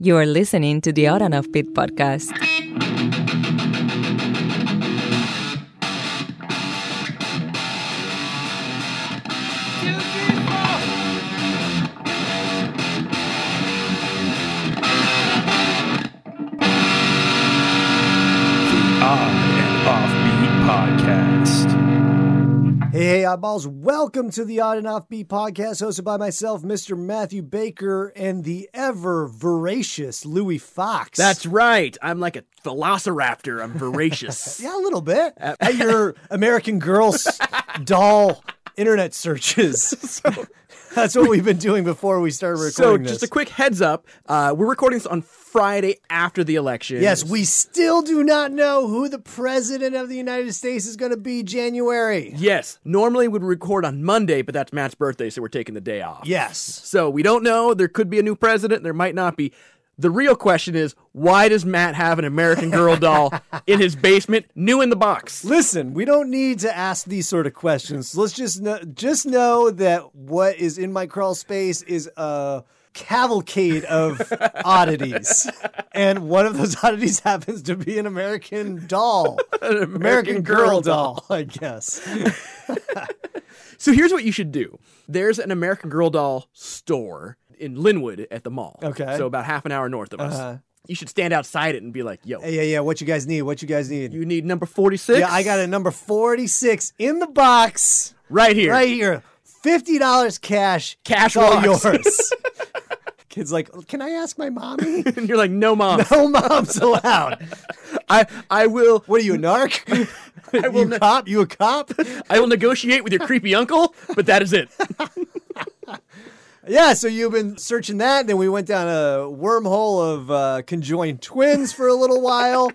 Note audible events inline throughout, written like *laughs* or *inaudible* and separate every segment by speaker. Speaker 1: You are listening to the Oranov Pit podcast.
Speaker 2: On and Offbeat Podcast.
Speaker 3: Hey, hey, oddballs. Welcome to the Odd and Offbeat podcast hosted by myself, Mr. Matthew Baker, and the ever voracious Louis Fox.
Speaker 4: That's right. I'm like a velociraptor. I'm voracious.
Speaker 3: *laughs*
Speaker 4: *laughs*
Speaker 3: yeah, a little bit.
Speaker 4: Uh,
Speaker 3: At your American Girls doll
Speaker 4: *laughs*
Speaker 3: internet searches. That's what we've been doing before we started
Speaker 4: So,
Speaker 3: recording
Speaker 4: just a
Speaker 3: this.
Speaker 4: quick heads up uh, we're recording this on Friday after the election.
Speaker 3: Yes, we still do not know who the president of the United States is going to be January.
Speaker 4: Yes. Normally we'd record on Monday, but that's Matt's birthday, so we're taking the day off.
Speaker 3: Yes.
Speaker 4: So, we don't know. There could be a new president. There might not be. The real question is why does Matt have an American Girl
Speaker 3: *laughs*
Speaker 4: doll in his basement, new in the box?
Speaker 3: Listen, we don't need to ask these sort of questions. Let's just know, just know that what is in my crawl space is a cavalcade of
Speaker 4: *laughs*
Speaker 3: oddities, and one of those *laughs* oddities happens to be an American doll, an American, girl, doll, I guess.
Speaker 4: So, here's what you should do there's an American Girl doll store in Linwood at the mall.
Speaker 3: Okay. Uh-huh.
Speaker 4: So, about half an hour north of us. You should stand outside it and be like, yo.
Speaker 3: Hey, yeah, yeah. What you guys need? What you guys need?
Speaker 4: You need number 46?
Speaker 3: yeah, I got a number forty-six in the box
Speaker 4: Right here.
Speaker 3: right here. Fifty dollars cash.
Speaker 4: Cash
Speaker 3: It's all
Speaker 4: rocks. *laughs*
Speaker 3: yours. Kids like, can I ask my mommy?
Speaker 4: And *laughs* you're like, no, mom.
Speaker 3: No mom's *laughs* allowed.
Speaker 4: *laughs* I, I will
Speaker 3: What are you,
Speaker 4: *laughs*
Speaker 3: a narc? you
Speaker 4: ne-
Speaker 3: cop? You a cop?
Speaker 4: I will negotiate with your creepy uncle, but that is it.
Speaker 3: *laughs* yeah, so you've been searching that. Then we went down a wormhole of uh, conjoined twins for a
Speaker 4: *laughs*
Speaker 3: little while.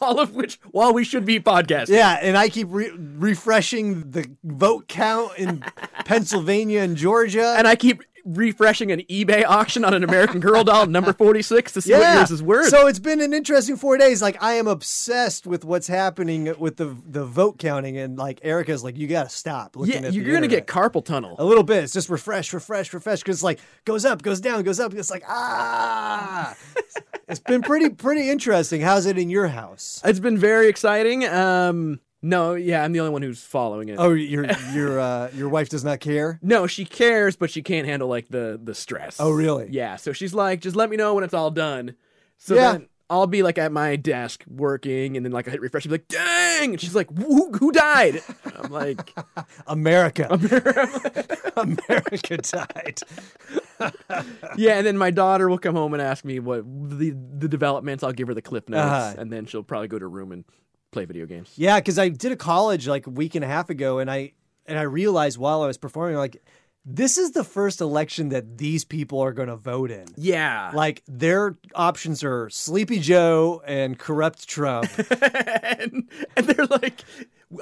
Speaker 4: All of which, while we should be podcasting.
Speaker 3: yeah, and I keep re- refreshing the vote count
Speaker 4: *laughs*
Speaker 3: in Pennsylvania and Georgia.
Speaker 4: And I keep refreshing an eBay auction on an American Girl doll, number 46, to see what yours is worth.
Speaker 3: So it's been an interesting four days. Like I am obsessed with what's happening with the the vote counting, and like Erica's like, you gotta stop looking
Speaker 4: yeah,
Speaker 3: at.
Speaker 4: you're
Speaker 3: the
Speaker 4: going to
Speaker 3: internet." Oh.
Speaker 4: get carpal
Speaker 3: a
Speaker 4: tunnel.
Speaker 3: little bit. It's just refresh, refresh, refresh. Because like goes up, goes down, goes up. It's like *laughs* ah. it's been pretty pretty interesting. How's it in your house?
Speaker 4: It's been very exciting. Um, no, yeah, I'm the only one who's following it.
Speaker 3: Oh, your your uh, your wife does not care.
Speaker 4: No, she cares, but she can't handle like the the stress.
Speaker 3: Oh, really?
Speaker 4: Yeah. So she's like, just let me know when it's all done. So
Speaker 3: Yeah.
Speaker 4: then I'll be like at my desk working, and then like I hit refresh, she'll be like, dang, and she's like, who who died? And I'm
Speaker 3: *laughs*
Speaker 4: like,
Speaker 3: America, *laughs* America died.
Speaker 4: yeah. And then my daughter will come home and ask me what the the developments. I'll give her the clip notes,
Speaker 3: Uh-huh.
Speaker 4: and then she'll probably go to her room and play video games.
Speaker 3: Yeah, because I did a college like a week and a half ago, and I and I realized while I was performing, like this is the first election that these people are going to vote in.
Speaker 4: Yeah.
Speaker 3: Like their options are Sleepy Joe and corrupt Trump.
Speaker 4: *laughs* and, and they're like,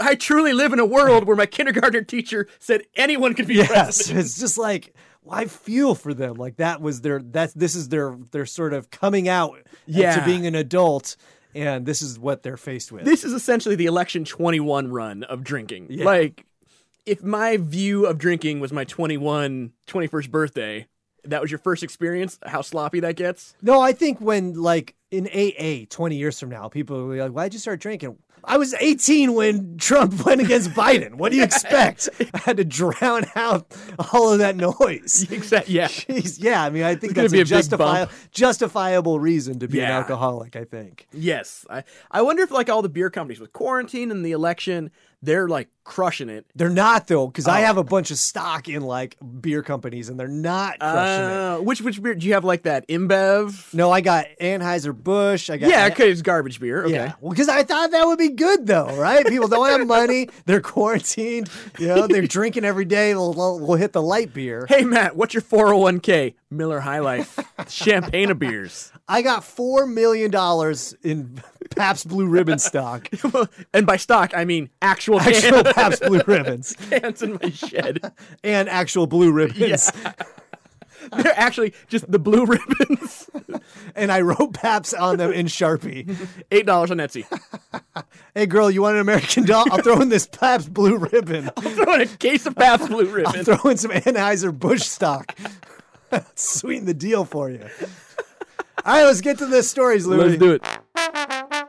Speaker 4: I truly live in a world where my kindergartner teacher said anyone could be *laughs*
Speaker 3: yes,
Speaker 4: president.
Speaker 3: it's just like well, I feel for them. Like that was their that's this is their their sort of coming out uh, to
Speaker 4: Yeah.
Speaker 3: being an adult, and this is what they're faced with.
Speaker 4: this is essentially the election 21 run of drinking. Like, if my view of drinking was my 21, 21st birthday, that was your first experience, how sloppy that gets.
Speaker 3: *laughs* No, I think when like in AA, twenty years from now, people will be like, "Why'd you start drinking?" I was eighteen when Trump *laughs* went against Biden. What
Speaker 4: *laughs*
Speaker 3: do you expect? I had to drown out all of
Speaker 4: *laughs*
Speaker 3: that noise.
Speaker 4: Except, yeah.
Speaker 3: Jeez, yeah, I mean, I think
Speaker 4: There's
Speaker 3: that's
Speaker 4: gonna
Speaker 3: a,
Speaker 4: be a big
Speaker 3: justifiable,
Speaker 4: bump.
Speaker 3: justifiable reason to be an
Speaker 4: Yeah.
Speaker 3: alcoholic. I think.
Speaker 4: Yes. I, I wonder if, like, all the beer companies with quarantine and the election, they're like crushing it.
Speaker 3: They're not though, because
Speaker 4: Oh.
Speaker 3: I have a bunch of stock in like beer companies, and they're not crushing it.
Speaker 4: Uh, which which beer do you have? Like that Imbev?
Speaker 3: No, I got Anheuser Busch. I got
Speaker 4: yeah,
Speaker 3: An-
Speaker 4: okay, it's garbage beer. Okay,
Speaker 3: Yeah. Well, because I thought that would be good, though, right? People don't have money. They're quarantined. You know,
Speaker 4: *laughs*
Speaker 3: they're drinking every day. We'll, we'll- we'll hit the light beer.
Speaker 4: Hey Matt, what's your 401k? Miller High
Speaker 3: *laughs*
Speaker 4: Life, champagne of beers. *laughs*
Speaker 3: I got $4 million in Pabst Blue
Speaker 4: *laughs*
Speaker 3: Ribbon stock.
Speaker 4: and by stock, I mean actual,
Speaker 3: Actual Pabst Blue Ribbons
Speaker 4: cans in my shed.
Speaker 3: and
Speaker 4: *laughs*
Speaker 3: actual Blue Ribbons.
Speaker 4: They're actually just the blue ribbons. *laughs*
Speaker 3: And I wrote Pabst on them in Sharpie.
Speaker 4: Eight dollars on Etsy. *laughs*
Speaker 3: Hey, girl, you want an American doll? I'll throw in this Pabst Blue Ribbon.
Speaker 4: Throw in a case of Pabst Blue
Speaker 3: I'll
Speaker 4: Ribbon.
Speaker 3: *laughs* throw in some Anheuser-Busch stock. Sweeten the deal for you. All right, let's get to the stories, Louis.
Speaker 4: Let's do it.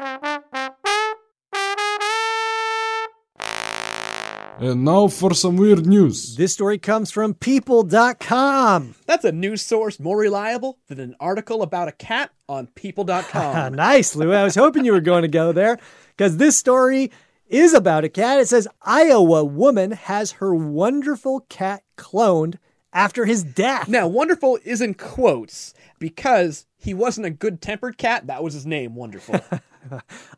Speaker 5: And Uh, now for some weird news.
Speaker 3: This story comes from people.com.
Speaker 4: That's a news source more reliable than an article about a cat on
Speaker 3: Ah, *laughs*
Speaker 4: people.com.
Speaker 3: nice, Lou. I was hoping you were going to go there because this story is about a cat. It says Iowa woman has her wonderful cat cloned after his death.
Speaker 4: now, wonderful is in quotes because he wasn't a good tempered cat. That was his name, Wonderful.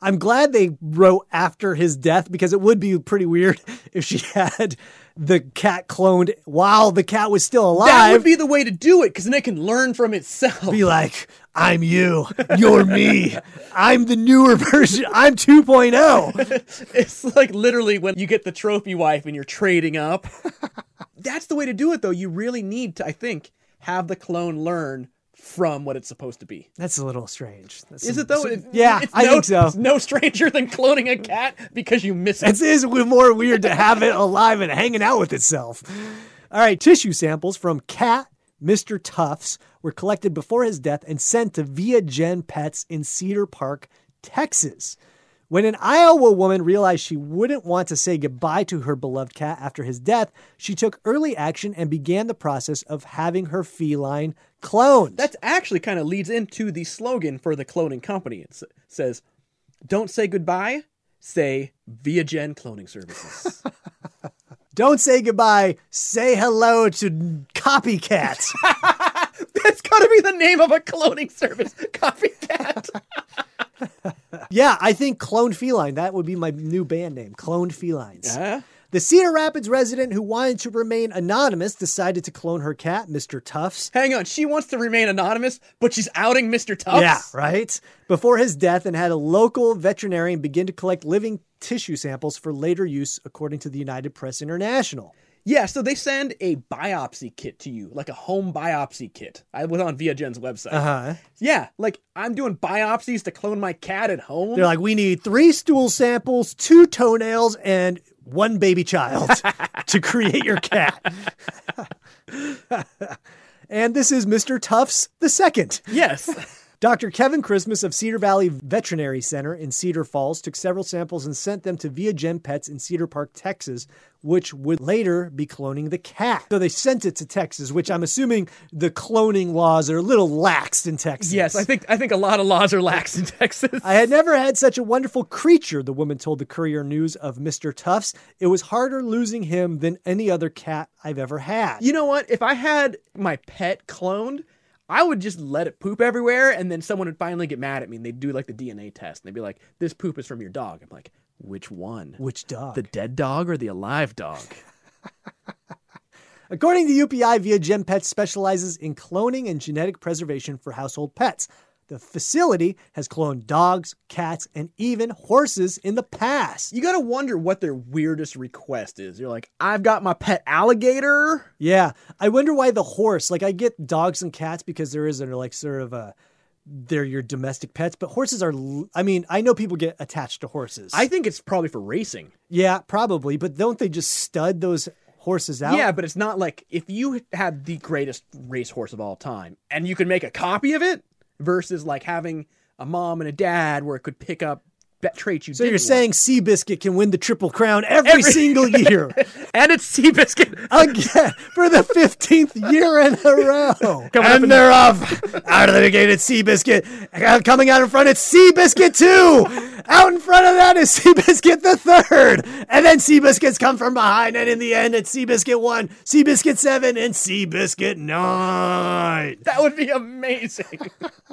Speaker 3: I'm glad they wrote after his death because it would be pretty weird *laughs* if she had the cat cloned while the cat was still alive.
Speaker 4: that would be the way to do it because then it can learn from itself.
Speaker 3: be like, I'm you, you're me, I'm the newer *laughs* version, I'm oh." 2.0.
Speaker 4: *laughs* It's like literally when you get the trophy wife and you're trading up. *laughs* That's the way to do it, though. You really need to, I think, have the clone learn from what it's supposed to be.
Speaker 3: That's a little strange. That's
Speaker 4: Is it though? It-
Speaker 3: yeah,
Speaker 4: it's
Speaker 3: I
Speaker 4: no,
Speaker 3: think so.
Speaker 4: it's *laughs* no stranger than cloning a cat because you miss it.
Speaker 3: It is more weird to have it alive and hanging out with itself. All right, tissue samples from cat Mr. Tufts were collected before his death and sent to Via Gen Pets in Cedar Park, Texas. When an Iowa woman realized she wouldn't want to say goodbye to her beloved cat after his death, she took early action and began the process of having her feline cloned.
Speaker 4: That actually kind of leads into the slogan for the cloning company. It s- says, "Don't say goodbye, say Via Gen Cloning
Speaker 3: *laughs*
Speaker 4: Services."
Speaker 3: Don't say goodbye, say hello to copycat.
Speaker 4: That's got to be the name of a cloning service. *laughs*
Speaker 3: *laughs*
Speaker 4: Copycat.
Speaker 3: Yeah, I think Cloned Feline. That would be my new band name, Cloned Felines.
Speaker 4: Yeah.
Speaker 3: The Cedar Rapids resident who wanted to remain anonymous decided to clone her cat, Mr. Tufts.
Speaker 4: Hang on, she wants to remain anonymous, but she's outing Mr. Tufts.
Speaker 3: Yeah, right? Before his death, and had a local veterinarian begin to collect living tissue samples for later use, according to the United Press International.
Speaker 4: Yeah, so they send a biopsy kit to you, like a home biopsy kit. I was on Via Gen's website.
Speaker 3: huh.
Speaker 4: Yeah, like I'm doing biopsies to clone my cat at home.
Speaker 3: They're like, we need three stool samples, two toenails, and one baby child *laughs* to create your cat. *laughs* and this is Mr. Tufts the second.
Speaker 4: *laughs* yes.
Speaker 3: Dr. Kevin Christmas of Cedar Valley Veterinary Center in Cedar Falls took several samples and sent them to Via Gem Pets in Cedar Park, Texas, which would later be cloning the cat. So they sent it to Texas, which I'm assuming the cloning laws are a little laxed in Texas.
Speaker 4: yes, I think I think a lot of laws are lax in Texas.
Speaker 3: I had never had such a wonderful creature, the woman told the Courier News of Mr. Tufts. It was harder losing him than any other cat I've ever had.
Speaker 4: you know what? If I had my pet cloned, I would just let it poop everywhere and then someone would finally get mad at me and they'd do like the DNA test and they'd be like, This poop is from your dog. I'm like, which one?
Speaker 3: Which dog?
Speaker 4: The dead dog or the alive dog?
Speaker 3: According to UPI, Via Gem Pets specializes in cloning and genetic preservation for household pets. The facility has cloned dogs, cats, and even horses in the past.
Speaker 4: You gotta wonder what their weirdest request is. You're like, I've got my pet alligator.
Speaker 3: Yeah, I wonder why the horse. Like, I get dogs and cats because there is a like sort of a they're your domestic pets, but horses are. l- I mean, I know people get attached to horses.
Speaker 4: I think it's probably for racing.
Speaker 3: yeah, probably, but don't they just stud those horses out?
Speaker 4: Yeah, but it's not like if you had the greatest racehorse of all time and you could make a copy of it versus like having a mom and a dad where it could pick up that trait you
Speaker 3: So
Speaker 4: didn't
Speaker 3: you're saying Seabiscuit can win the Triple Crown every,
Speaker 4: Every-
Speaker 3: single year.
Speaker 4: *laughs* want. And it's Seabiscuit. *laughs*
Speaker 3: again for the 15th year in a row.
Speaker 4: *laughs* Coming up in-
Speaker 3: they're off. Out of the gate, it's Seabiscuit. Uh, Coming out in front, it's Seabiscuit 2. Out in front of that is Seabiscuit the third. And then Seabiscuits come from behind. And in the end, it's Seabiscuit 1, Seabiscuit 7, and Seabiscuit 9.
Speaker 4: That would be amazing.
Speaker 3: *laughs*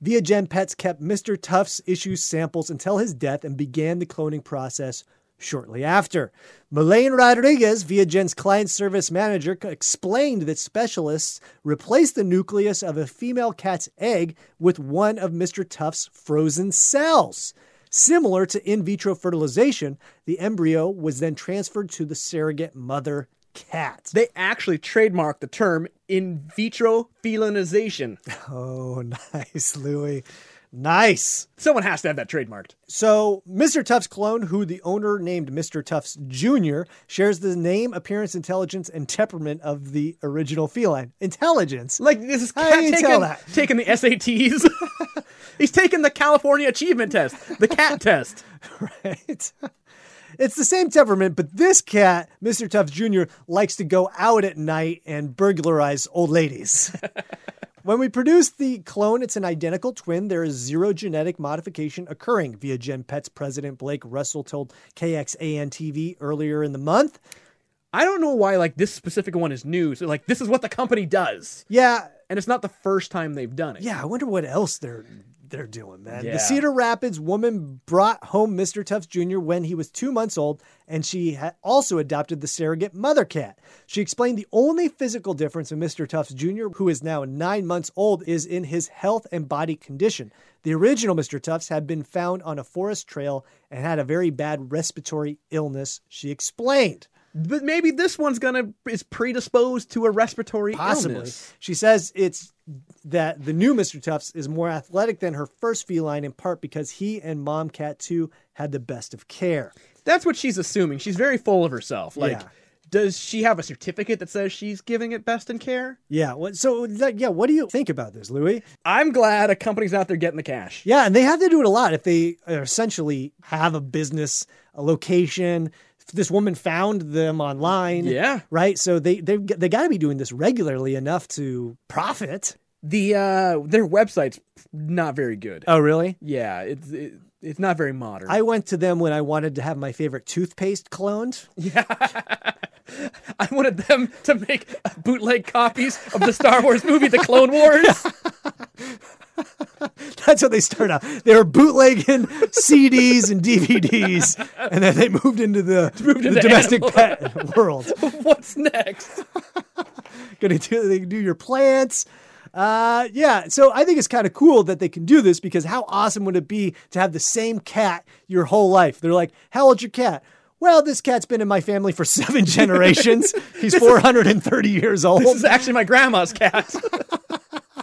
Speaker 3: Via Gen Pets kept Mr. Tufts' issue samples until his death and began the cloning process shortly after. Melaine Rodriguez, Via Gen's client service manager, c- explained that specialists replaced the nucleus of a female cat's egg with one of Mr. Tufts' frozen cells. Similar to in vitro fertilization, the embryo was then transferred to the surrogate mother cat.
Speaker 4: They actually trademarked the term in vitro felinization.
Speaker 3: Oh, *laughs* nice, Louis. Nice.
Speaker 4: Someone has to have that trademarked.
Speaker 3: So, Mr. Tuff's clone, who the owner named Mr. Tuff's Jr., shares the name, appearance, intelligence, and temperament of the original feline. Intelligence? *laughs*
Speaker 4: Like this is
Speaker 3: How
Speaker 4: cat
Speaker 3: do you
Speaker 4: taking,
Speaker 3: tell that?
Speaker 4: taking the SATs. *laughs* He's taking the California Achievement Test, the *laughs* cat test.
Speaker 3: Right. It's the same temperament, but this cat, Mr. Tuff Jr., likes to go out at night and burglarize old ladies. when we produce the clone, it's an identical twin. There is zero genetic modification occurring, via Gen Pets president Blake Russell told KXAN TV earlier in the month.
Speaker 4: I don't know why like this specific one is new. So like this is what the company does,
Speaker 3: Yeah,
Speaker 4: and it's not the first time they've done it.
Speaker 3: Yeah, I wonder what else they're they're doing, man.
Speaker 4: Yeah.
Speaker 3: The Cedar Rapids woman brought home Mr. Tufts Jr. when he was two months old, and she ha- also adopted the surrogate mother cat. She explained the only physical difference in Mr. Tufts Jr., who is now nine months old, is in his health and body condition. The original Mr. Tufts had been found on a forest trail and had a very bad respiratory illness, she explained.
Speaker 4: But maybe this one's gonna is predisposed to a respiratory
Speaker 3: Possibly.
Speaker 4: illness.
Speaker 3: She says it's that the new Mr. Tufts is more athletic than her first feline in part because he and Mom Cat 2 had the best of care.
Speaker 4: That's what she's assuming. She's very full of herself. Like,
Speaker 3: Yeah.
Speaker 4: does she have a certificate that says she's giving it best in care?
Speaker 3: Yeah. What, so, that, yeah, what do you think about this, Louis?
Speaker 4: I'm glad a company's out there getting the cash.
Speaker 3: Yeah, and they have to do it a lot if they essentially have a business, a location. This woman found them online.
Speaker 4: Yeah.
Speaker 3: Right? So they, they, they got to be doing this regularly enough to profit.
Speaker 4: The uh, their website's not very good.
Speaker 3: Oh, really?
Speaker 4: Yeah, it's it, it's not very modern.
Speaker 3: I went to them when I wanted to have my favorite toothpaste cloned.
Speaker 4: *laughs* I wanted them to make bootleg copies of the Star Wars movie, The Clone *laughs* Wars.
Speaker 3: *laughs* That's what they started out. They
Speaker 4: *laughs*
Speaker 3: were bootlegging CDs and DVDs, and then they moved
Speaker 4: *laughs*
Speaker 3: into the, the
Speaker 4: into
Speaker 3: domestic pet *laughs* world.
Speaker 4: *laughs* What's next?
Speaker 3: Gonna do they do your plants. Uh, yeah, so I think it's kind of cool that they can do this because how awesome would it be to have the same cat your whole life? They're like, "How old's your cat?" Well, this cat's been in my family
Speaker 4: *laughs*
Speaker 3: for seven generations. He's 430 years old.
Speaker 4: This is actually my grandma's cat. *laughs*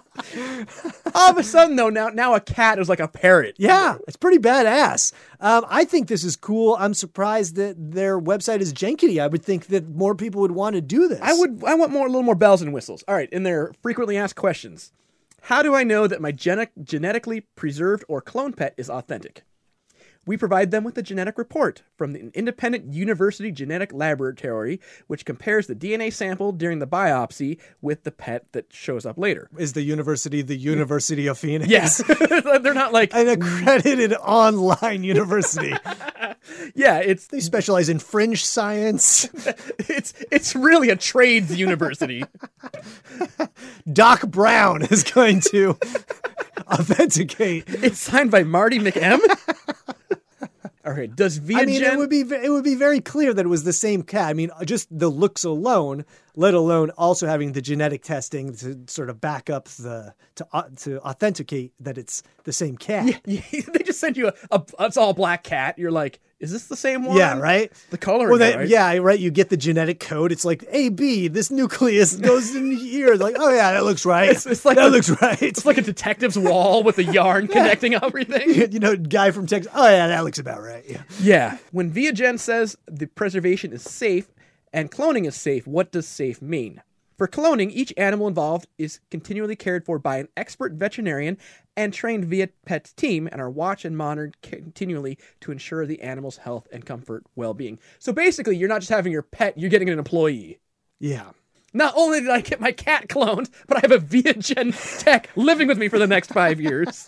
Speaker 4: All of a sudden, though, now now a cat is like a parrot.
Speaker 3: Yeah, it's pretty badass. Um, I think this is cool. I'm surprised that their website is janky. I would think that more people would want to do this.
Speaker 4: I would. I want more, a little more bells and whistles. All right, in their frequently asked questions, how do I know that my gene- genetically preserved or clone pet is authentic? We provide them with a genetic report from the independent university genetic laboratory, which compares the DNA sample during the biopsy with the pet that shows up later.
Speaker 3: Is the university the University of Phoenix?
Speaker 4: Yes, *laughs* they're not like
Speaker 3: *laughs* An accredited online university.
Speaker 4: yeah. It's
Speaker 3: *laughs* they specialize in fringe science.
Speaker 4: it's it's really a trades
Speaker 3: *laughs*
Speaker 4: university.
Speaker 3: Doc Brown is going to *laughs* authenticate.
Speaker 4: it's signed by Marty
Speaker 3: *laughs*
Speaker 4: McM. All right. Does Via
Speaker 3: I mean,
Speaker 4: Gen-
Speaker 3: it would be ve- it would be very clear that it was the same cat. I mean, just the looks alone, let alone also having the genetic testing to sort of back up the to au- to authenticate that it's the same cat. Yeah,
Speaker 4: *laughs* they just send you a, a it's all black cat. You're like, is this the same one?
Speaker 3: right.
Speaker 4: The color.
Speaker 3: Well,
Speaker 4: Well,
Speaker 3: that, yeah, right. You get the genetic code. It's like A B. This nucleus goes in here. Like, oh yeah, that looks right.
Speaker 4: It's- it's like
Speaker 3: that
Speaker 4: the-
Speaker 3: looks right.
Speaker 4: It's like a detective's wall with a yarn connecting everything.
Speaker 3: *laughs* you know, guy from Texas. Oh yeah, that looks about right. *laughs* Yeah.
Speaker 4: Yeah. *laughs* When Viagen says the preservation is safe and cloning is safe, what does safe mean? For cloning, each animal involved is continually cared for by an expert veterinarian and trained via pet's team and are watched and monitored continually to ensure the animal's health and comfort well-being. So basically, you're not just having your pet, you're getting an employee.
Speaker 3: Yeah.
Speaker 4: Not only did I get my cat cloned, but I have a Viagen tech living with me for the next five years.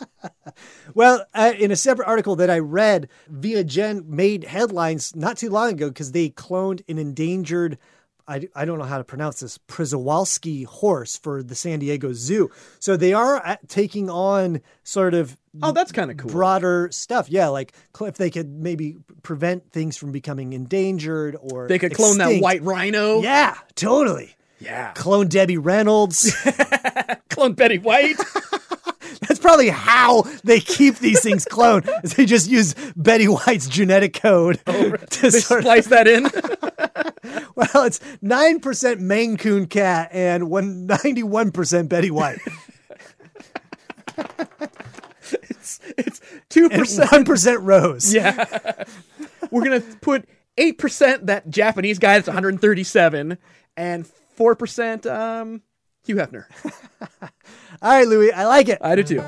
Speaker 3: Well, uh, in a separate article that I read, Via Gen made headlines not too long ago because they cloned an endangered, I, I don't know how to pronounce this, Przewalski horse for the San Diego Zoo. So they are uh, taking on sort of
Speaker 4: *laughs* Oh, that's kind of cool.
Speaker 3: broader stuff. Yeah, like cl- if they could maybe prevent things from becoming endangered or
Speaker 4: they could clone that
Speaker 3: extinct.
Speaker 4: white rhino.
Speaker 3: Yeah, totally.
Speaker 4: Yeah.
Speaker 3: Clone Debbie Reynolds.
Speaker 4: Clone Betty *laughs* White.
Speaker 3: That's probably how they keep these things
Speaker 4: *laughs*
Speaker 3: cloned. is they just use Betty White's genetic code *laughs* to
Speaker 4: Oh, they
Speaker 3: sort of-
Speaker 4: splice that in.
Speaker 3: Well, it's 9% Maine Coon cat and one- 91%
Speaker 4: *laughs*
Speaker 3: Betty White.
Speaker 4: *laughs* It's it's two
Speaker 3: And
Speaker 4: percent.
Speaker 3: 1% Rose.
Speaker 4: Yeah. We're gonna put eight percent that Japanese guy that's 137, and four percent um Hugh Hefner.
Speaker 3: All right, Louis, I like it.
Speaker 4: I do too.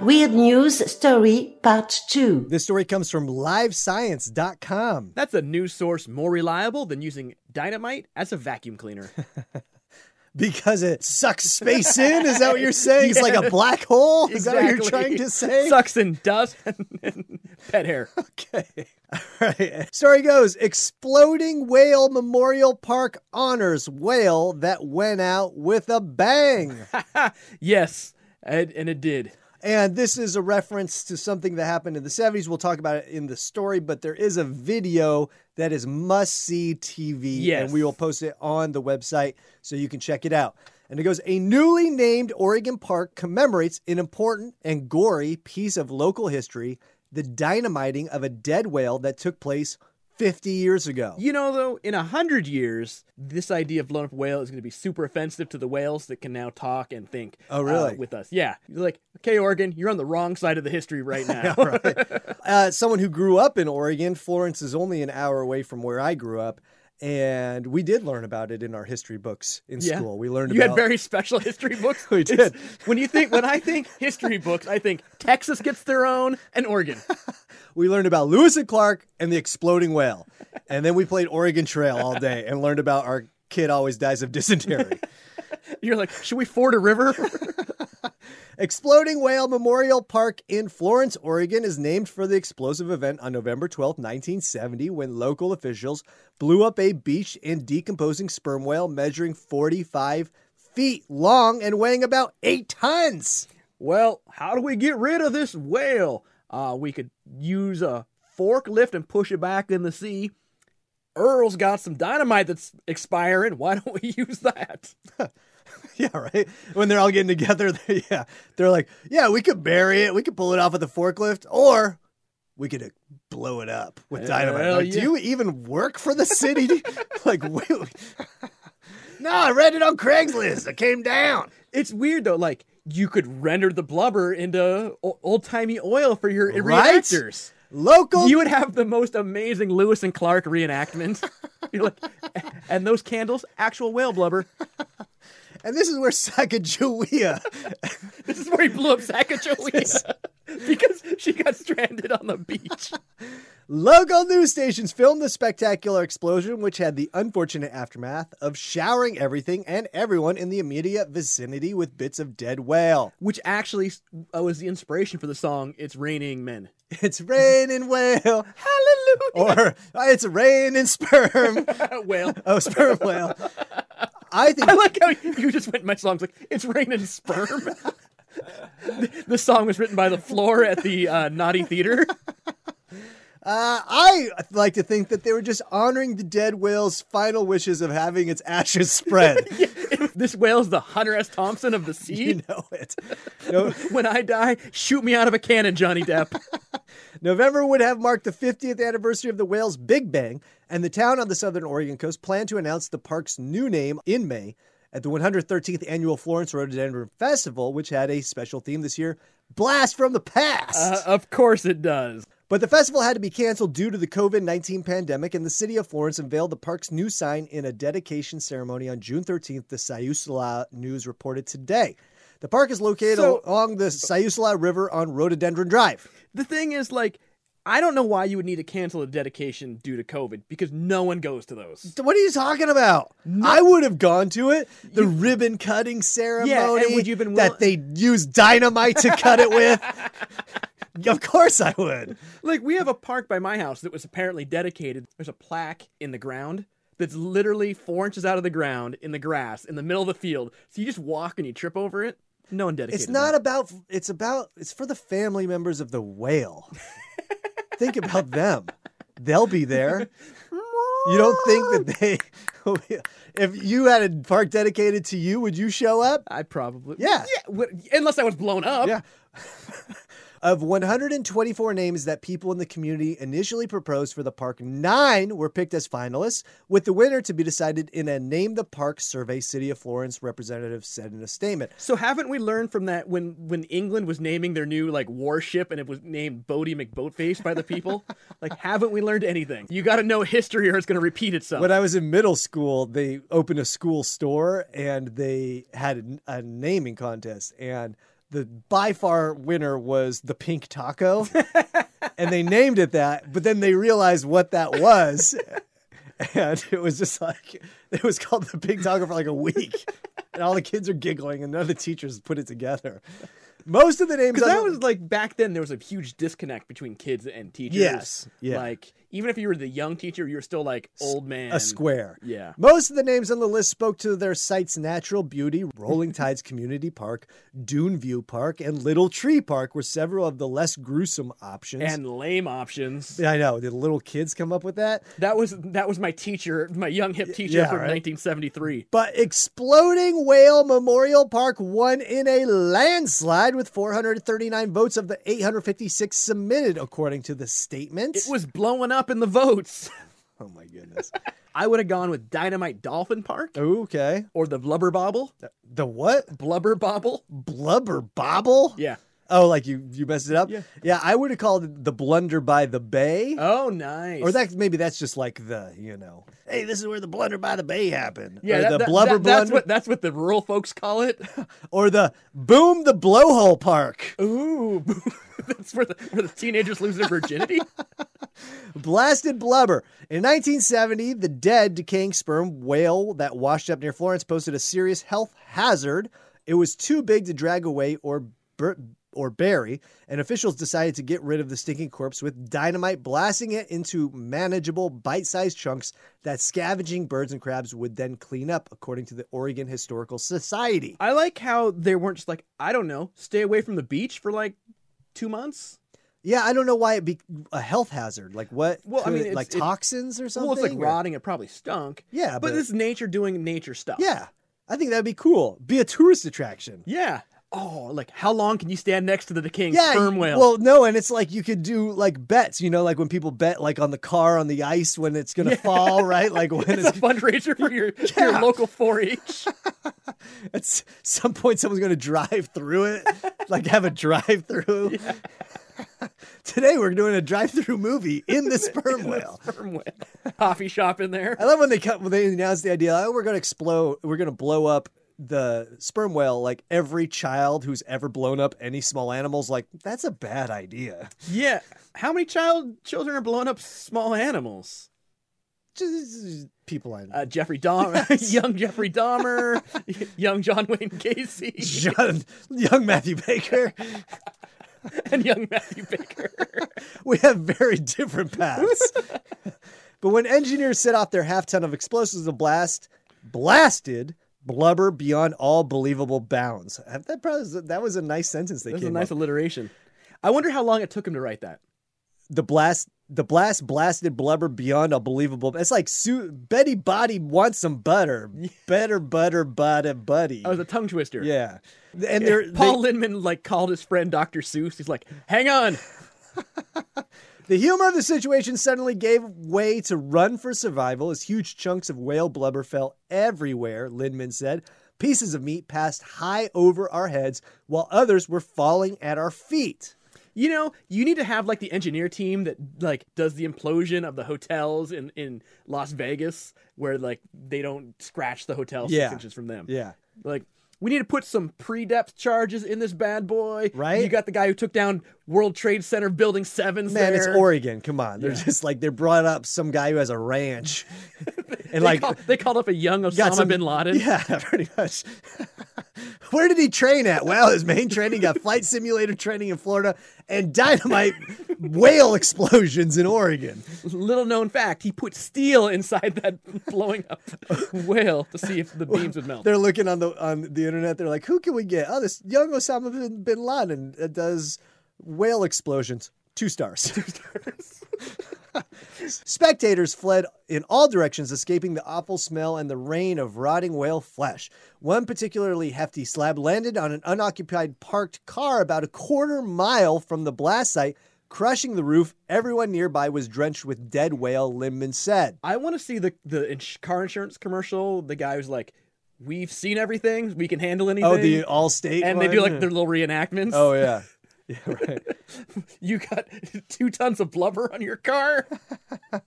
Speaker 6: Weird News Story Part 2.
Speaker 3: This story comes from livescience.com.
Speaker 4: *laughs* That's a news source more reliable than using dynamite as a vacuum *laughs* cleaner.
Speaker 3: Because it sucks space in? Is that what you're saying? It's like a black hole? Is that what you're trying to say?
Speaker 4: Sucks in dust *laughs* and pet hair.
Speaker 3: Okay. *laughs* All right. Story goes Exploding Whale Memorial Park honors whale that went out with a bang. *laughs*
Speaker 4: yes, and, and it did.
Speaker 3: And this is a reference to something that happened in the 70s. We'll talk about it in the story, but there is a video that is must see TV.
Speaker 4: Yes.
Speaker 3: And we will post it on the website so you can check it out. And it goes A newly named Oregon park commemorates an important and gory piece of local history the dynamiting of a dead whale that took place 50 years ago.
Speaker 4: You know, though, in a hundred years, this idea of blown up whale is going to be super offensive to the whales that can now talk and think.
Speaker 3: Oh, really?
Speaker 4: uh, with us, yeah. You're like, okay, Oregon, you're on the wrong side of the history *laughs*
Speaker 3: *laughs*
Speaker 4: right now.
Speaker 3: uh, someone who grew up in Oregon, Florence is only an hour away from where I grew up, and we did learn about it in our history books in
Speaker 4: Yeah.
Speaker 3: school. We learned
Speaker 4: You had
Speaker 3: about
Speaker 4: very special history books.
Speaker 3: *laughs* We
Speaker 4: It's-
Speaker 3: did.
Speaker 4: When you think, when I think history books, I think Texas gets their own and Oregon.
Speaker 3: we learned about Lewis and Clark and the exploding whale, and then we played Oregon Trail all day and learned about our kid always dies of dysentery.
Speaker 4: You're like, should we ford a river?
Speaker 3: Exploding Whale Memorial Park in Florence, Oregon is named for the explosive event on November 12, 1970, when local officials blew up a beach and decomposing sperm whale measuring 45 feet long and weighing about eight tons.
Speaker 4: well, how do we get rid of this whale? Uh, we could use a forklift and push it back in the sea. Earl's got some dynamite that's expiring. Why don't we *laughs* use that?
Speaker 3: *laughs* Yeah, right. When they're all getting together, *laughs* they, yeah, they're like, yeah, we could bury it, we could pull it off with a forklift, or we could uh, blow it up with dynamite.
Speaker 4: Hell
Speaker 3: Like,
Speaker 4: yeah.
Speaker 3: Do you even work for the city? *laughs* like, wait. No, I read it on Craigslist. It came down.
Speaker 4: It's weird though. Like you could render the blubber into old timey oil for your
Speaker 3: Right?
Speaker 4: reactors.
Speaker 3: Local.
Speaker 4: You would have the most amazing Lewis and Clark reenactment. *laughs* You're like, and those candles, actual whale blubber.
Speaker 3: and this is where *laughs* Sacagawea.
Speaker 4: *laughs* This is where he blew up Sacagawea *laughs* because she got stranded on the beach.
Speaker 3: Local news stations filmed the spectacular explosion, which had the unfortunate aftermath of showering everything and everyone in the immediate vicinity with bits of dead whale.
Speaker 4: Which actually uh, was the inspiration for the song "It's Raining Men."
Speaker 3: It's raining whale. Hallelujah. Or "Oh, it's raining sperm.
Speaker 4: *laughs* well,
Speaker 3: Oh, sperm whale. I think
Speaker 4: I like how you just went. My song's like "It's Raining Sperm." *laughs* The- the song was written by the floor at the uh, Naughty Theater. *laughs*
Speaker 3: uh, I like to think that they were just honoring the dead whale's final wishes of having its ashes
Speaker 4: *laughs*
Speaker 3: spread.
Speaker 4: This whale's the Hunter S. Thompson of the sea.
Speaker 3: You know it. No,
Speaker 4: when I die, shoot me out of a cannon, Johnny
Speaker 3: *laughs*
Speaker 4: Depp.
Speaker 3: November would have marked the 50th anniversary of the whale's Big Bang, and the town on the southern Oregon coast planned to announce the park's new name in May at the 113th annual Florence Rhododendron Festival, which had a special theme this year Blast from the Past.
Speaker 4: Uh, of course it does.
Speaker 3: But the festival had to be canceled due to the COVID 19 pandemic, and the city of Florence unveiled the park's new sign in a dedication ceremony on June 13th, the Sayusala News reported today. The park is located
Speaker 4: So-
Speaker 3: along the Sayusala River on Rhododendron Drive.
Speaker 4: The thing is, like, I don't know why you would need to cancel a dedication due to COVID because no one goes to those.
Speaker 3: What are you talking about? I would have gone to it. The ribbon cutting ceremony
Speaker 4: would you have been
Speaker 3: that they used dynamite to cut
Speaker 4: *laughs*
Speaker 3: it with. of course I would.
Speaker 4: Like, we have a park by my house that was apparently dedicated. There's a plaque in the ground that's literally four inches out of the ground in the grass in the middle of the field. So you just walk and you trip over it. No one dedicated.
Speaker 3: It's not
Speaker 4: that.
Speaker 3: about. It's about. It's for the family members of the whale. think about them. They'll be there. You don't think that they. if you had a park dedicated to you, would you show up?
Speaker 4: I probably
Speaker 3: Yeah.
Speaker 4: yeah what- unless I was blown up.
Speaker 3: Yeah. Of 124 names that people in the community initially proposed for the park, nine were picked as finalists, with the winner to be decided in a Name the Park survey, City of Florence representatives said in a statement.
Speaker 4: So haven't we learned from that when when England was naming their new like warship and it was named Bodie McBoatface by the
Speaker 3: *laughs*
Speaker 4: people? like haven't we learned anything? You got to know history or it's going to repeat itself.
Speaker 3: When I was in middle school, they opened a school store and they had a, a naming contest, and the by far winner was the pink
Speaker 4: *laughs*
Speaker 3: taco, and they named it that. But then they realized what that was,
Speaker 4: *laughs*
Speaker 3: and it was just like it was called the pink taco for like a week, and all the kids are giggling, and none of the teachers put it together. Most of the names
Speaker 4: Because
Speaker 3: on
Speaker 4: that
Speaker 3: the-
Speaker 4: was like back then, there was a huge disconnect between kids and teachers.
Speaker 3: Yes, yeah.
Speaker 4: Like even if you were the young teacher, you were still like old man.
Speaker 3: a square.
Speaker 4: Yeah.
Speaker 3: Most of the names on the list spoke to their site's natural beauty.
Speaker 4: *laughs*
Speaker 3: Rolling Tides Community Park, Dune View Park, and Little Tree Park were several of the less gruesome options.
Speaker 4: and lame options.
Speaker 3: I know, did little kids come up with that?
Speaker 4: That was that was my teacher, my young hip teacher
Speaker 3: yeah,
Speaker 4: from
Speaker 3: right.
Speaker 4: 1973.
Speaker 3: But Exploding Whale Memorial Park won in a landslide with 439 votes of the 856 submitted, according to the statement.
Speaker 4: It was blowing up in the votes. *laughs*
Speaker 3: oh my goodness.
Speaker 4: I would have gone with Dynamite Dolphin
Speaker 3: Oh.
Speaker 4: Park
Speaker 3: okay.
Speaker 4: or the Blubber Bobble.
Speaker 3: The what?
Speaker 4: Blubber Bobble.
Speaker 3: Blubber Bobble?
Speaker 4: Yeah.
Speaker 3: Oh, like you you messed it up?
Speaker 4: Yeah.
Speaker 3: I would have called it the blunder by the bay.
Speaker 4: Oh, nice.
Speaker 3: Or that maybe that's just like the, you know, hey, this is where the blunder by the bay happened.
Speaker 4: Yeah,
Speaker 3: or
Speaker 4: that-
Speaker 3: the
Speaker 4: that-
Speaker 3: blubber
Speaker 4: that- That's
Speaker 3: blunder
Speaker 4: what that's what the rural folks call it. *laughs*
Speaker 3: or the boom the blowhole park.
Speaker 4: Ooh, *laughs* that's where the where the teenagers lose their virginity.
Speaker 3: Blasted blubber. In 1970, the dead decaying sperm whale that washed up near Florence posted a serious health hazard. It was too big to drag away or bur- or bury, and officials decided to get rid of the stinking corpse with dynamite, blasting it into manageable bite-sized chunks that scavenging birds and crabs would then clean up, according to the Oregon Historical Society.
Speaker 4: I like how they weren't just like, I don't know, stay away from the beach for like two months.
Speaker 3: Yeah, I don't know why it be a health hazard. Like what?
Speaker 4: Well, I
Speaker 3: could
Speaker 4: mean,
Speaker 3: it-
Speaker 4: it's-
Speaker 3: like
Speaker 4: it-
Speaker 3: toxins or something.
Speaker 4: well, it's like
Speaker 3: or-
Speaker 4: rotting. It probably stunk.
Speaker 3: Yeah,
Speaker 4: but,
Speaker 3: but-
Speaker 4: this is nature doing nature stuff.
Speaker 3: Yeah, I think that'd be cool. Be a tourist attraction.
Speaker 4: yeah. Oh, like how long can you stand next to the decaying
Speaker 3: Yeah,
Speaker 4: sperm
Speaker 3: you-
Speaker 4: whale?
Speaker 3: Well, no, and it's like you could do like bets, you know, like when people bet like on the car on the ice when it's gonna fall, right? Like when
Speaker 4: *laughs* *laughs* it's a
Speaker 3: it's,
Speaker 4: fundraiser for *laughs* your your local 4-H.
Speaker 3: at s- some point someone's gonna drive
Speaker 4: *laughs*
Speaker 3: through it, like have a drive through. *laughs* Today we're doing a drive through movie
Speaker 4: *laughs*
Speaker 3: in the sperm whale.
Speaker 4: sperm whale coffee shop in there.
Speaker 3: I love when they cut when they announce the idea. Oh, we're gonna explode. We're gonna blow up the sperm whale. Like every child who's ever blown up any small animals. Like that's a bad idea.
Speaker 4: Yeah. How many child children are blowing up small animals?
Speaker 3: Just people I know.
Speaker 4: Uh, Jeffrey *laughs* Dahmer, young Jeffrey Dahmer, *laughs* young John Wayne *laughs* Casey,
Speaker 3: John, young Matthew Baker. *laughs*
Speaker 4: and young Matthew Baker.
Speaker 3: We have very different paths. *laughs* but when engineers set off their half ton of explosives, the blast blasted blubber beyond all believable bounds. Uh, That probably that was a nice sentence they
Speaker 4: That's a
Speaker 3: came
Speaker 4: nice
Speaker 3: up.
Speaker 4: alliteration. I wonder how long it took him to write that.
Speaker 3: the blast the blast blasted blubber beyond a believable it's like Sue, betty body wants some *laughs* butter better butter butter buddy
Speaker 4: Oh, it was a tongue twister.
Speaker 3: *laughs* yeah and they're,
Speaker 4: Paul Lindman like called his friend Dr. Seuss. He's like, "Hang on,
Speaker 3: The humor of the situation suddenly gave way to run for survival as huge chunks of whale blubber fell everywhere, Lindman said. Pieces of meat passed high over our heads while others were falling at our feet.
Speaker 4: you know, you need to have like the engineer team that like does the implosion of the hotels in in Las Vegas, where like they don't scratch the hotel six
Speaker 3: Yeah.
Speaker 4: inches from them.
Speaker 3: Yeah.
Speaker 4: Like, we need to put some pre-depth charges in this bad boy.
Speaker 3: Right.
Speaker 4: You got the guy who took down World Trade Center Building Sevens.
Speaker 3: Man,
Speaker 4: there.
Speaker 3: it's Oregon. Come on. They're
Speaker 4: Yeah.
Speaker 3: just like, they brought up some guy who has a ranch. and
Speaker 4: *laughs* They,
Speaker 3: like,
Speaker 4: call- they called up a young Osama
Speaker 3: *laughs* got some
Speaker 4: bin Laden.
Speaker 3: Yeah, pretty much. *laughs* Where did he train at? Well, his main training got flight simulator training in Florida
Speaker 4: *laughs*
Speaker 3: and dynamite whale explosions in Oregon.
Speaker 4: Little known fact, he put steel inside that blowing up whale to see if the beams would melt.
Speaker 3: They're looking on the on the internet. They're like, who can we get? Oh, this young Osama bin, bin Laden uh, does whale explosions. Two stars. Two stars. *laughs* Spectators fled in all directions, escaping the awful smell and the rain of rotting whale flesh. One particularly hefty slab landed on an unoccupied parked car about a quarter mile from the blast site, crushing the roof. Everyone nearby was drenched with dead whale, Lindman said.
Speaker 4: I want to see the the ins- car insurance commercial. The guy who's like, "We've seen everything. We can handle anything."
Speaker 3: Oh, the Allstate.
Speaker 4: and they do
Speaker 3: one?
Speaker 4: like their little reenactments.
Speaker 3: Oh yeah. Yeah, right.
Speaker 4: you got *laughs* two tons of blubber on your car. *laughs*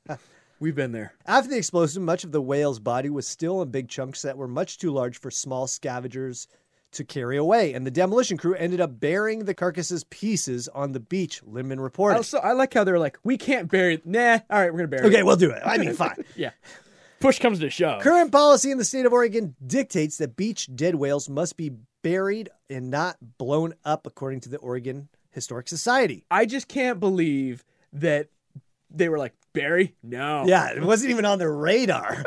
Speaker 4: We've been there.
Speaker 3: After the explosion, much of the whale's body was still in big chunks that were much too large for small scavengers to carry away, and the demolition crew ended up burying the carcass's pieces on the beach, Lindman reported.
Speaker 4: Also, I like how they're like, "We can't bury." it. Nah. All right, we're gonna bury.
Speaker 3: okay,
Speaker 4: It.
Speaker 3: we'll do it. I mean, fine.
Speaker 4: Yeah. Push comes to shove.
Speaker 3: Current policy in the state of Oregon dictates that beach dead whales must be buried and not blown up, according to the Oregon Historic Society.
Speaker 4: I just can't believe that they were like, "Barry, no."
Speaker 3: Yeah, it wasn't even on their
Speaker 4: *laughs*
Speaker 3: radar.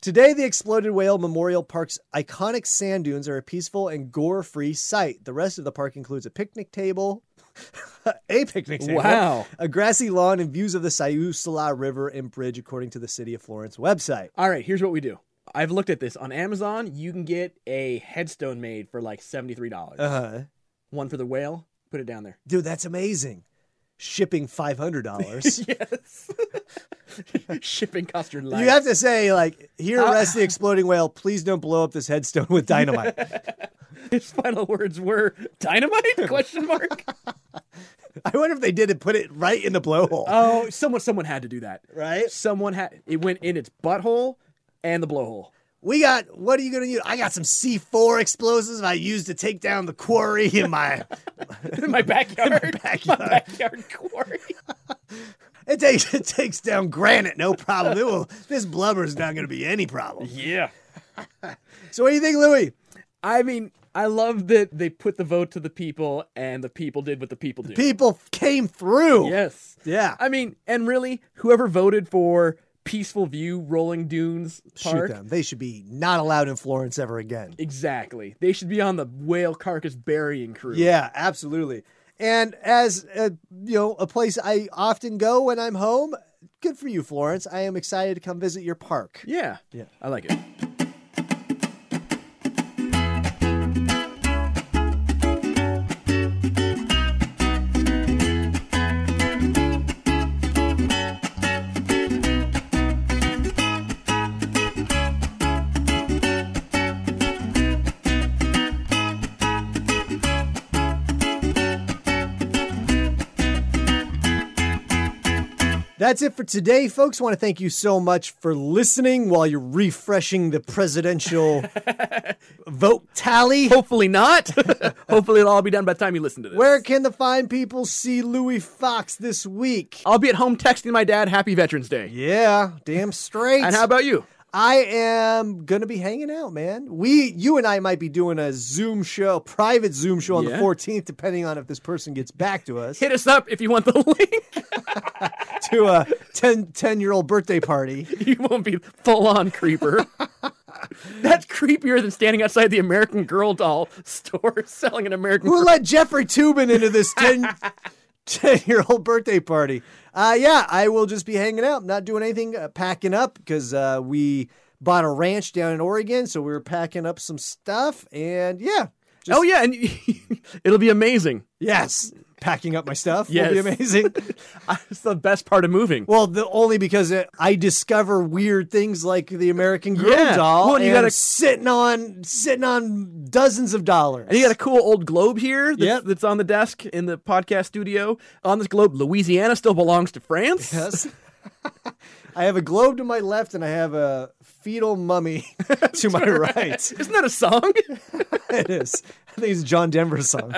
Speaker 3: Today, the Exploded Whale Memorial Park's iconic sand dunes are a peaceful and gore free site. The rest of the park includes a picnic table, *laughs* a picnic table,
Speaker 4: Wow.
Speaker 3: a grassy lawn, and views of the Sayusala River and bridge, according to the City of Florence website.
Speaker 4: All right, here's what we do. I've looked at this on Amazon. You can get a headstone made for like seventy three dollars.
Speaker 3: huh.
Speaker 4: One for the whale. Put it down there.
Speaker 3: Dude, that's amazing.
Speaker 4: *laughs*
Speaker 3: Shipping $500.
Speaker 4: Yes. Shipping cost your life.
Speaker 3: You have to say, like, here
Speaker 4: Uh,
Speaker 3: rests the exploding whale. Please don't blow up this headstone with dynamite.
Speaker 4: *laughs* His final words were dynamite? Question mark.
Speaker 3: I wonder if they did it, put it right in the blowhole.
Speaker 4: oh, someone someone had to do that.
Speaker 3: right?
Speaker 4: Someone had it went in its butthole and the blowhole. *laughs*
Speaker 3: We got, what are you going to use? I got some C4 explosives I used to take down the quarry in
Speaker 4: *laughs*
Speaker 3: my.
Speaker 4: In my backyard.
Speaker 3: backyard.
Speaker 4: My backyard quarry.
Speaker 3: It takes, it takes down granite, no problem. It will, this blubber's not going to be any problem.
Speaker 4: Yeah.
Speaker 3: So, what do you think, Louis?
Speaker 4: I mean, I love that they put the vote to the people and the people did what the people do.
Speaker 3: People came through.
Speaker 4: yes.
Speaker 3: Yeah.
Speaker 4: I mean, and really, whoever voted for Peaceful View Rolling Dunes Park.
Speaker 3: Shoot them. They should be not allowed in Florence ever again.
Speaker 4: Exactly. They should be on the whale carcass burying crew.
Speaker 3: Yeah, absolutely. And as uh you know, a place I often go when I'm home. Good for you, Florence. I am excited to come visit your park.
Speaker 4: Yeah.
Speaker 3: Yeah.
Speaker 4: I like it.
Speaker 3: That's it for today, folks. Want to thank you so much for listening while you're refreshing the
Speaker 4: *laughs*
Speaker 3: presidential vote tally.
Speaker 4: Hopefully not.
Speaker 3: *laughs*
Speaker 4: Hopefully it'll all be done by the time you listen to this.
Speaker 3: Where can the fine people see Louis Fox this week?
Speaker 4: I'll be at home texting my dad Happy Veterans Day.
Speaker 3: Yeah, damn straight.
Speaker 4: And how about you?
Speaker 3: I am gonna be hanging out, man. We, you and I, might be doing a Zoom show, private Zoom show on
Speaker 4: Yeah.
Speaker 3: the 14th, depending on if this person gets back to
Speaker 4: *laughs*
Speaker 3: us
Speaker 4: Hit us up if you want the link.
Speaker 3: to a 10, 10 year old birthday party.
Speaker 4: You won't be full on
Speaker 3: *laughs*
Speaker 4: creeper. That's creepier than standing outside the American Girl doll store *laughs* selling an American
Speaker 3: Who
Speaker 4: Girl.
Speaker 3: let Jeffrey Tubin into this 10,
Speaker 4: *laughs*
Speaker 3: 10 year old birthday party? Uh, yeah, I will just be hanging out, not doing anything, uh, packing up because uh, we bought a ranch down in Oregon, so we were packing up some stuff, and yeah, just,
Speaker 4: Oh
Speaker 3: *laughs*
Speaker 4: yeah, and it'll be amazing. *laughs*
Speaker 3: yes, packing up my stuff
Speaker 4: Yes.
Speaker 3: will be
Speaker 4: *laughs*
Speaker 3: amazing.
Speaker 4: It's the best part of moving.
Speaker 3: Well, the, only because it, I discover weird things like the American Girl
Speaker 4: Yeah.
Speaker 3: doll.
Speaker 4: Well, and you
Speaker 3: and
Speaker 4: gotta-
Speaker 3: sitting on sitting on dozens of dollars.
Speaker 4: And you got a cool old globe here that's,
Speaker 3: Yep.
Speaker 4: that's on the desk in the podcast studio. On this globe, Louisiana still belongs to France.
Speaker 3: yes. *laughs* I have a globe to my left, and I have a
Speaker 4: *laughs*
Speaker 3: fetal mummy *laughs* to my right. *laughs*
Speaker 4: Isn't that a song?
Speaker 3: it is. I think it's a John
Speaker 4: *laughs*
Speaker 3: Denver song.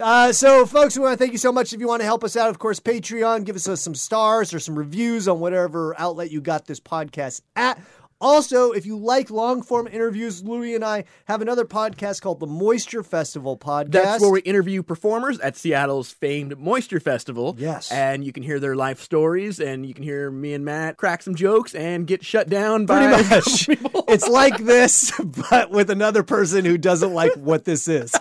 Speaker 3: uh, so, folks, we want to thank you so much. If you want to help us out, of course, Patreon, give us uh, some stars or some reviews on whatever outlet you got this podcast at. Also, if you like long form interviews, Louis and I have another podcast called the Moisture Festival Podcast.
Speaker 4: That's where we interview performers at Seattle's famed Moisture Festival.
Speaker 3: Yes.
Speaker 4: And you can hear their life stories, and you can hear me and Matt crack some jokes and get shut down by
Speaker 3: Pretty
Speaker 4: a couple
Speaker 3: much.
Speaker 4: people.
Speaker 3: it's like this, but with another person who doesn't like what
Speaker 4: *laughs*
Speaker 3: this is.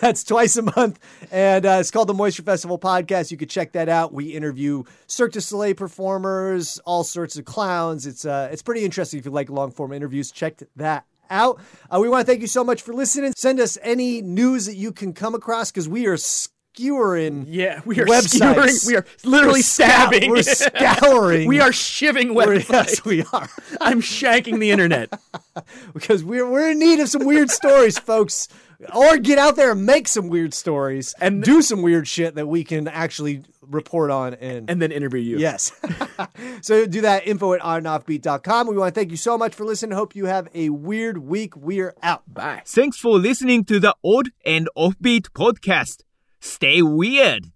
Speaker 3: That's twice a month, and uh, it's called the Moisture Festival Podcast. You could check that out. We interview Cirque du Soleil performers, all sorts of clowns. It's uh, it's pretty interesting if you like long form interviews. Check that out. Uh, we want to thank you so much for listening. Send us any news that you can come across because we are skewering.
Speaker 4: *laughs* yeah, we are skewering.
Speaker 3: websites.
Speaker 4: We are literally
Speaker 3: We're scour-
Speaker 4: stabbing. *laughs*
Speaker 3: We're scouring.
Speaker 4: we are
Speaker 3: *laughs*
Speaker 4: shiving websites.
Speaker 3: Yes, we are.
Speaker 4: I'm shanking the internet.
Speaker 3: *laughs* because we're we're in need of some weird stories, folks. Or get out there and make some weird stories and do some weird shit that we can actually report on. And,
Speaker 4: and then interview you.
Speaker 3: yes, *laughs* so do that. Info at onoffbeat.com. We want to thank you so much for listening. Hope you have a weird week. We're out.
Speaker 4: Bye.
Speaker 7: Thanks for listening to the Odd and Offbeat podcast. Stay weird.